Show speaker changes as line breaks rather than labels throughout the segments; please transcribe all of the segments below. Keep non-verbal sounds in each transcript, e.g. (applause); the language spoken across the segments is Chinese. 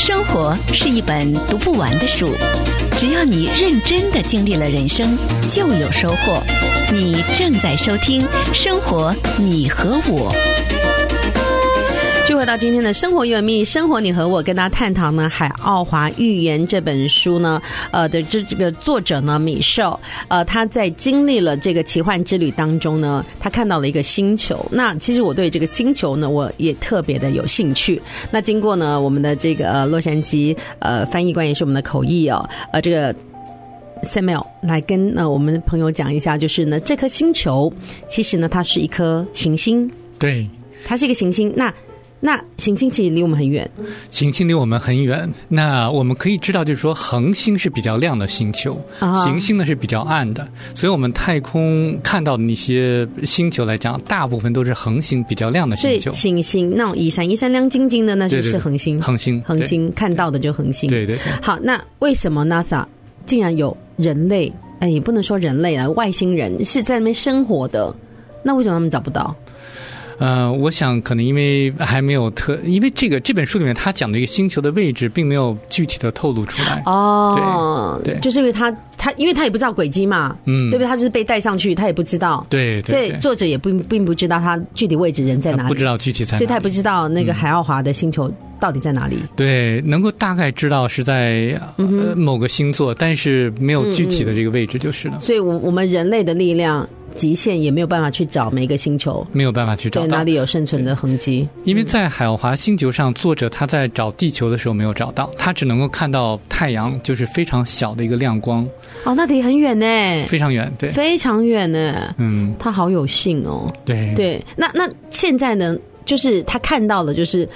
生活是一本读不完的书，只要你认真的经历了人生，就有收获。你正在收听《生活你和我》。
聚回到今天的生活有密，生活你和我跟大家探讨呢《海奥华寓言》这本书呢，呃的这这个作者呢米寿，呃他在经历了这个奇幻之旅当中呢，他看到了一个星球。那其实我对这个星球呢，我也特别的有兴趣。那经过呢我们的这个呃洛杉矶呃翻译官也是我们的口译哦，呃这个 Samuel 来跟呃我们朋友讲一下，就是呢这颗星球其实呢它是一颗行星，
对，
它是一个行星。那那行星其实离我们很远，
行星离我们很远。那我们可以知道，就是说恒星是比较亮的星球，
啊
行星呢是比较暗的。所以我们太空看到的那些星球来讲，大部分都是恒星比较亮的
所
星
以
球。
行星那种一闪一闪亮晶晶的，那就是恒星。
恒星，
恒星看到的就恒星。
对，对对对。
好，那为什么 NASA 竟然有人类？哎，也不能说人类啊，外星人是在那边生活的，那为什么他们找不到？
呃，我想可能因为还没有特，因为这个这本书里面他讲的一个星球的位置，并没有具体的透露出来。
哦，
对对
就是因为他他因为他也不知道轨迹嘛，
嗯
对不对？他就是被带上去，他也不知道，
对
所
对
以
对，
作者也并并不知道他具体位置人在哪
不
里，嗯
知道具体在哪
所以他也
里
不知道那个海奥华的星球到底在哪里。
对，能够大概知道是在、
嗯
呃、某个星座，但是没有具体的这个位置就是了，
所以我我们人类的力量极限也没有办法去找每一个星球。
没有办法去找
对，
到
哪。里有生存的痕迹？
因为在海奥华星球上，作者他在找地球的时候没有找到，他只能够看到太阳，就是非常小的一个亮光，
哦，那离很远呢，
非常远。对，
非常远呢。
嗯，
他好有幸哦。
对，
对，那那现在呢？就是他看到了，就是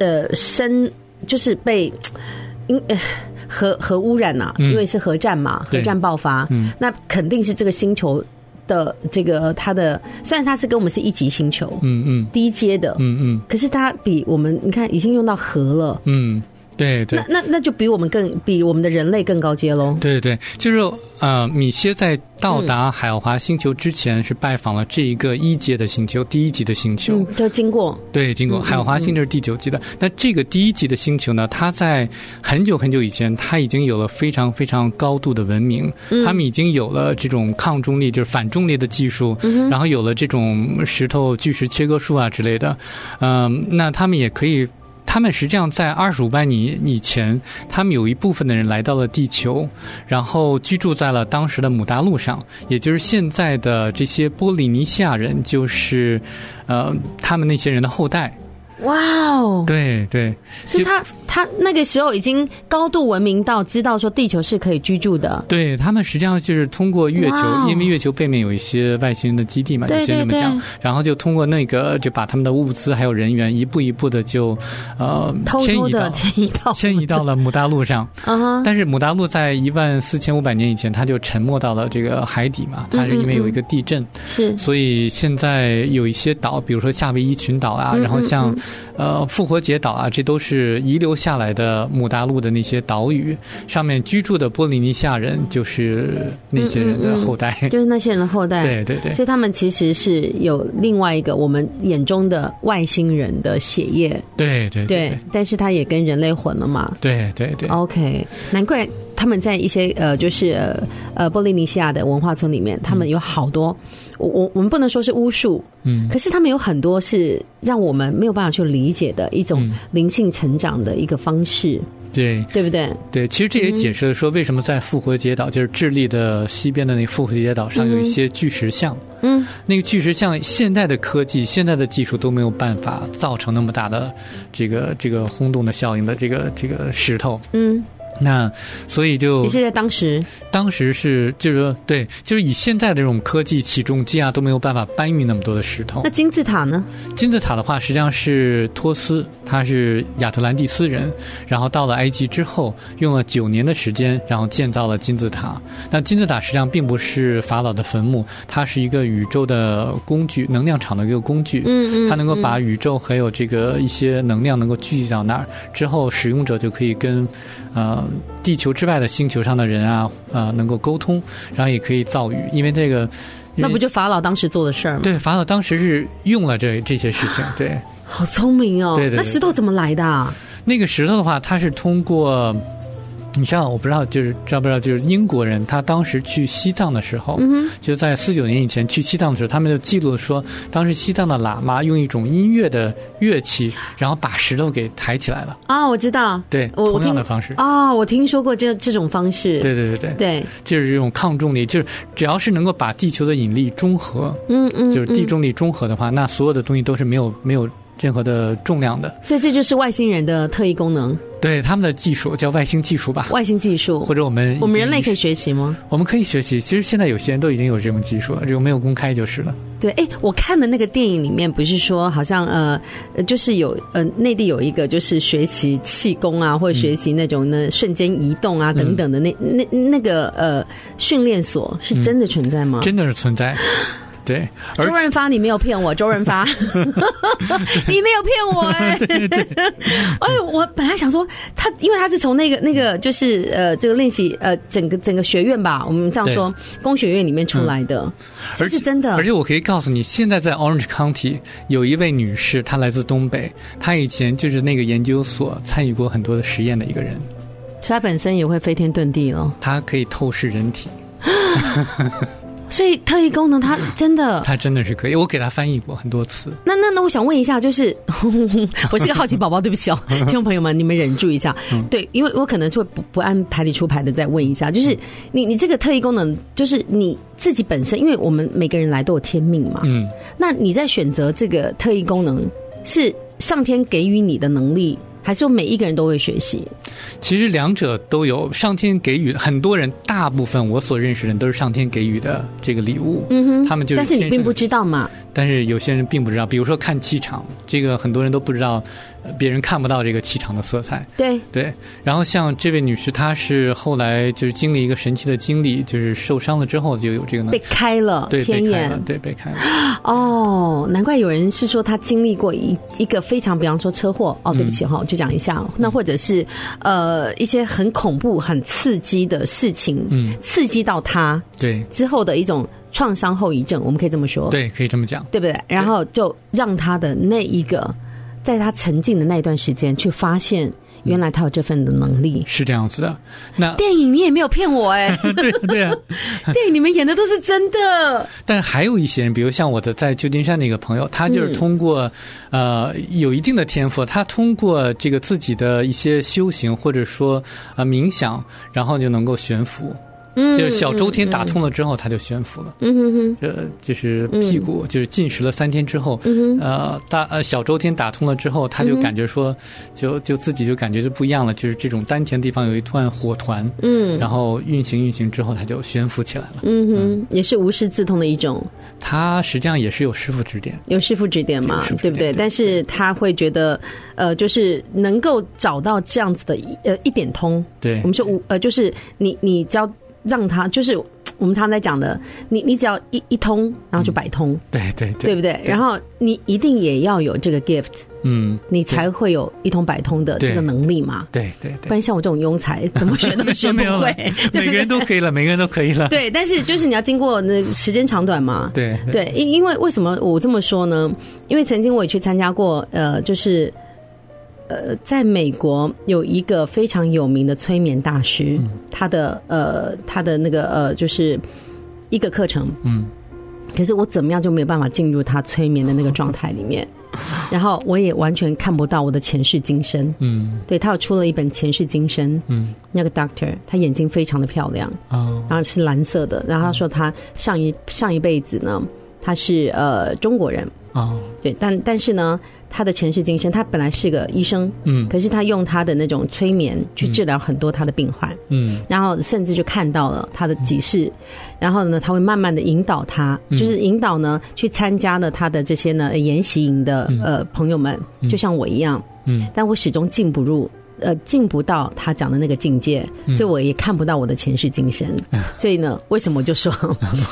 呃，生就是被因呃核核污染呐、
嗯
因为是核战嘛，核
对
战爆发，
嗯
那肯定是这个星球的这个它的，虽然它是跟我们是一级星球，
嗯嗯
低阶的，
嗯嗯
可是它比我们你看已经用到核了。
嗯，对对
那。那那就比我们更比我们的人类更高阶喽。
对对，就是呃，米歇在到
嗯
达海奥华星球之前，是拜访了这一个一阶的星球，第一级的星球。
嗯，就经过
对，经过
嗯
海奥华星球是第九级的。那这个第一级的星球呢，它在很久很久以前，它已经有了非常非常高度的文明，
嗯
他们已经有了这种抗重力，就是反重力的技术，
嗯
然后有了这种石头巨石切割术啊之类的。嗯，那他们也可以。他们实际上在二十五万年以前，他们有一部分的人来到了地球，然后居住在了当时的母大陆上，也就是现在的这些波利尼西亚人，就是呃他们那些人的后代。
哇哦！
对对
所以他他那个时候已经高度文明到知道说地球是可以居住的。
对，他们实际上就是通过月球，
哇哦
因为月球背面有一些外星人的基地嘛，
对
有些人这
对
么讲
对，
然后就通过那个就把他们的物资还有人员一步一步的就呃
偷
迁
偷
移到
的迁移到
迁移到了母大陆上。
(laughs) 啊哈，
但是母大陆在一万四千五百年以前，它就沉没到了这个海底嘛，它
嗯
是因为有一个地震，
是
所以现在有一些岛，比如说夏威夷群岛啊，
嗯
然后像、
嗯
呃复活节岛啊，这都是遗留下来的母大陆的那些岛屿，上面居住的波利尼西亚人就是那些
嗯
人的后代。
就是那些人的后代。，
对对对
所以他们其实是有另外一个我们眼中的外星人的血液，
对对
对，哦但是他也跟人类混了嘛。
对对对，
OK，难怪他们在一些呃，就是呃呃波利尼西亚的文化村里面，他们有好多，我我我们不能说是巫术，
嗯
可是他们有很多是让我们没有办法去理解的一种
嗯
灵性成长的一个方式，
对
对不对？
对，其实这也解释了说为什么在复活节岛，就是智利的西边的那个复活节岛上有一些巨石像。
嗯，
那个巨石像现代的科技、现代的技术都没有办法造成那么大的这个这个轰动的效应的这个这个石头。
嗯，
那所以就
也是在当时，
当时是就是说对，就是以现在的这种科技起重机啊都没有办法搬运那么多的石头
那。金字塔呢？
金字塔的话，实际上是托斯，他是亚特兰蒂斯人，然后到了埃及之后，用了九年的时间，然后建造了金字塔。那金字塔实际上并不是法老的坟墓，它是一个宇宙的工具，能量场的一个工具。
嗯
它能够把宇宙还有这个一些能量能够聚集到那儿之后，使用者就可以跟，呃，地球之外的星球上的人啊，呃，能够沟通，然后也可以造语，因为这个，因为
那不就法老当时做的事儿吗？
对
(sighs)
法老当时是用了这这些事情，对
好聪明哦！
对对对
那石头怎么来的啊？
那个石头的话，它是通过。你知道，我不知道，就是知道不知道，就是英国人他当时去西藏的时候，
嗯
就在四九年以前去西藏的时候，他们就记录说，当时西藏的喇嘛用一种音乐的乐器，然后把石头给抬起来了。
哼，哦，我知道，
对，
我我
同样
听
的方式。
哦，我听说过这这种方式，
对对对对，
对，
就是这种抗重力，就是只要是能够把地球的引力中和，
嗯嗯，
就是地
嗯，
重力中和的话，那所有的东西都是没有没有任何的重量的。
所以这就是外星人的特异功能，
对他们的技术叫外星技术吧，
外星技术
或。者我们
我们人类可
以
以学习吗？
我们可以学习。其实现在有些人都已经有这种技术了，只有没有公开就是了。
对，哎，我看的那个电影里面不是说好像呃，呃就是有呃，内地有一个就是学习气功啊，或者学习那种
嗯
呢瞬间移动啊等等的那、那那个呃训练所
嗯
是真的存在吗？
真的是存
(laughs)
在。对，而
周润发，你没有骗我，周润
(laughs)
发，你没有骗我哎、哎呦，我本来想说他，因为他是从那个那个就是呃这个练习呃整个整个学院吧，我们这样说，工学院里面出来的，这
嗯而
是
且
真的
而且我可以告诉你，现在在 Orange County 有一位女士，她来自东北，她以前就是那个研究所参与过很多的实验的一个人，
所以他本身也会飞天遁地了。
她可以透视人体，
所以特异功能它真的，
她真的是可以。我给她翻译过很多次，
那那那我想问一下，就是
(laughs)
我是个好奇宝宝，对不起哦，听众朋友们，你们忍住一下，
嗯
对，因为我可能就会不不按牌理出牌的再问一下，就是你你这个特异功能，就是你自己本身，因为我们每个人来都有天命嘛，
嗯，
那你在选择这个特异功能是上天给予你的能力，还是说每一个人都会学习？
其实两者都有，上天给予很多人，大部分我所认识的人都是上天给予的这个礼物，
嗯哼
他们就是
但是你
天
并
生
不知道嘛，
但是有些人并不知道，比如说看气场，这个很多人都不知道，呃别人看不到这个气场的色彩。
对，
对，然后像这位女士，她是后来就是经历一个神奇的经历，就是受伤了之后就有这个能
被开了
对被
天
开
眼
了，，对被开了，
哦，难怪有人是说他经历过一一个非常，比方说车祸
嗯
哦，对不起哈、就讲一下，哦那或者是呃一些很恐怖、很刺激的事情，
嗯，
刺激到他
对
之后的一种创伤后遗症，我们可以这么说，
对，可以这么讲，
对不对？然后就让他的那一个，在他沉浸的那一段时间，去发现原来他有这份的能力。
是这样子的。那
电影你也没有骗我
(laughs)
哎、
对对啊，
电影里面演的都是真的，
但是还有一些人，比如像我的在旧金山的一个朋友，他就是
嗯
通过、呃有一定的天赋，他通过这个自己的一些修行或者说呃冥想，然后就能够悬浮，
嗯
就是小周天打通了之后，他就悬浮了。
嗯哼哼，
呃，就是屁股，就是进食了三天之后，
嗯
呃，大呃小周天打通了之后，他就感觉说，就就自己就感觉就不一样了，就是这种丹田地方有一团火团，
嗯
然后运行运行之后，他就悬浮起来了。
嗯哼，也是无师自通的一种。
他实际上也是有师傅指点，
有师傅指点嘛
有师，傅
对不对？
指点对
但是他会觉得，呃，就是能够找到这样子的一呃一点通，
对
我们说无呃，就是你你只要让他，就是我们常常在讲的，你你只要一一通，然后就百通，
对对嗯对，
对不对？然后你一定也要有这个 gift，
嗯，
你才会有一通百通的
对
这个能力嘛。
对对
不
对，
然像我这种庸才，怎么学都学不
(laughs) 没有
会
了，
(laughs) 对
每
不
个人
对？
都可
(laughs)
以了，每个人都可以了，
对，但是就是你要经过那时间长短嘛，
对对
对，因因为为什么我这么说呢？因为曾经我也去参加过，呃，就是呃，在美国有一个非常有名的催眠大师，他的呃，他的那个呃，就是一个课程，
嗯，
可是我怎么样就没有办法进入他催眠的那个状态里面，然后我也完全看不到我的前世今生。
嗯
对他有出了一本前世今生，
嗯
那个 Doctor，他眼睛非常的漂亮。
哦，
然后是蓝色的。然后他说他上一上一辈子呢，他是呃中国人，
哦，
对，但但是呢，他的前世今生，他本来是个医生，
嗯
可是他用他的那种催眠去治疗很多他的病患，
嗯
然后甚至就看到了他的几世，然后呢，他会慢慢的引导他，
嗯
就是引导呢去参加了他的这些呢呃研习营的呃朋友们，就像我一样，
嗯
但我始终进不入。呃，进不到他讲的那个境界，
嗯
所以我也看不到我的前世今生。所以呢，为什么我就
(laughs)
说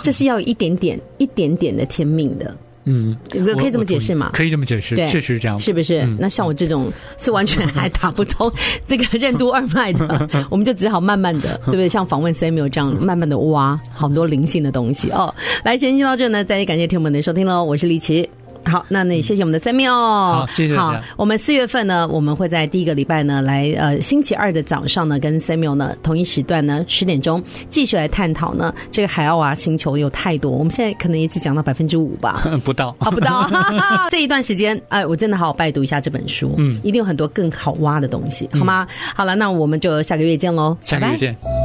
这是要有一点点、一点点的天命的，
嗯，
可可以这么解释
嘛？
嘛？
可以这么解释，
对
确实是这样子，嗯
是不是？那像我这种是完全还打不通 (laughs) 这个任督二脉
(laughs)
的，我们就只好慢慢的，对不对？像访问 Samuel 这样，慢慢的挖好多灵性的东西哦。来，时间就到这呢，再次感谢听友们的收听喽，我是李琦。好，那那也谢谢我们的三妙、哦
好谢谢大
好
家，
我们四月份呢，我们会在第一个礼拜呢，来呃星期二的早上呢，跟 Samuel 呢同一时段呢十点钟继续来探讨呢这个海奥娃星球有太多，我们现在可能也只讲到百分之五吧。
(laughs) 不到。
啊，不到 (laughs) 这一段时间，哎，我真的好好拜读一下这本书，嗯，一定有很多更好挖的东西，好吗？好了，那我们就下个月见喽，
嗯下个
拜
月
拜
见。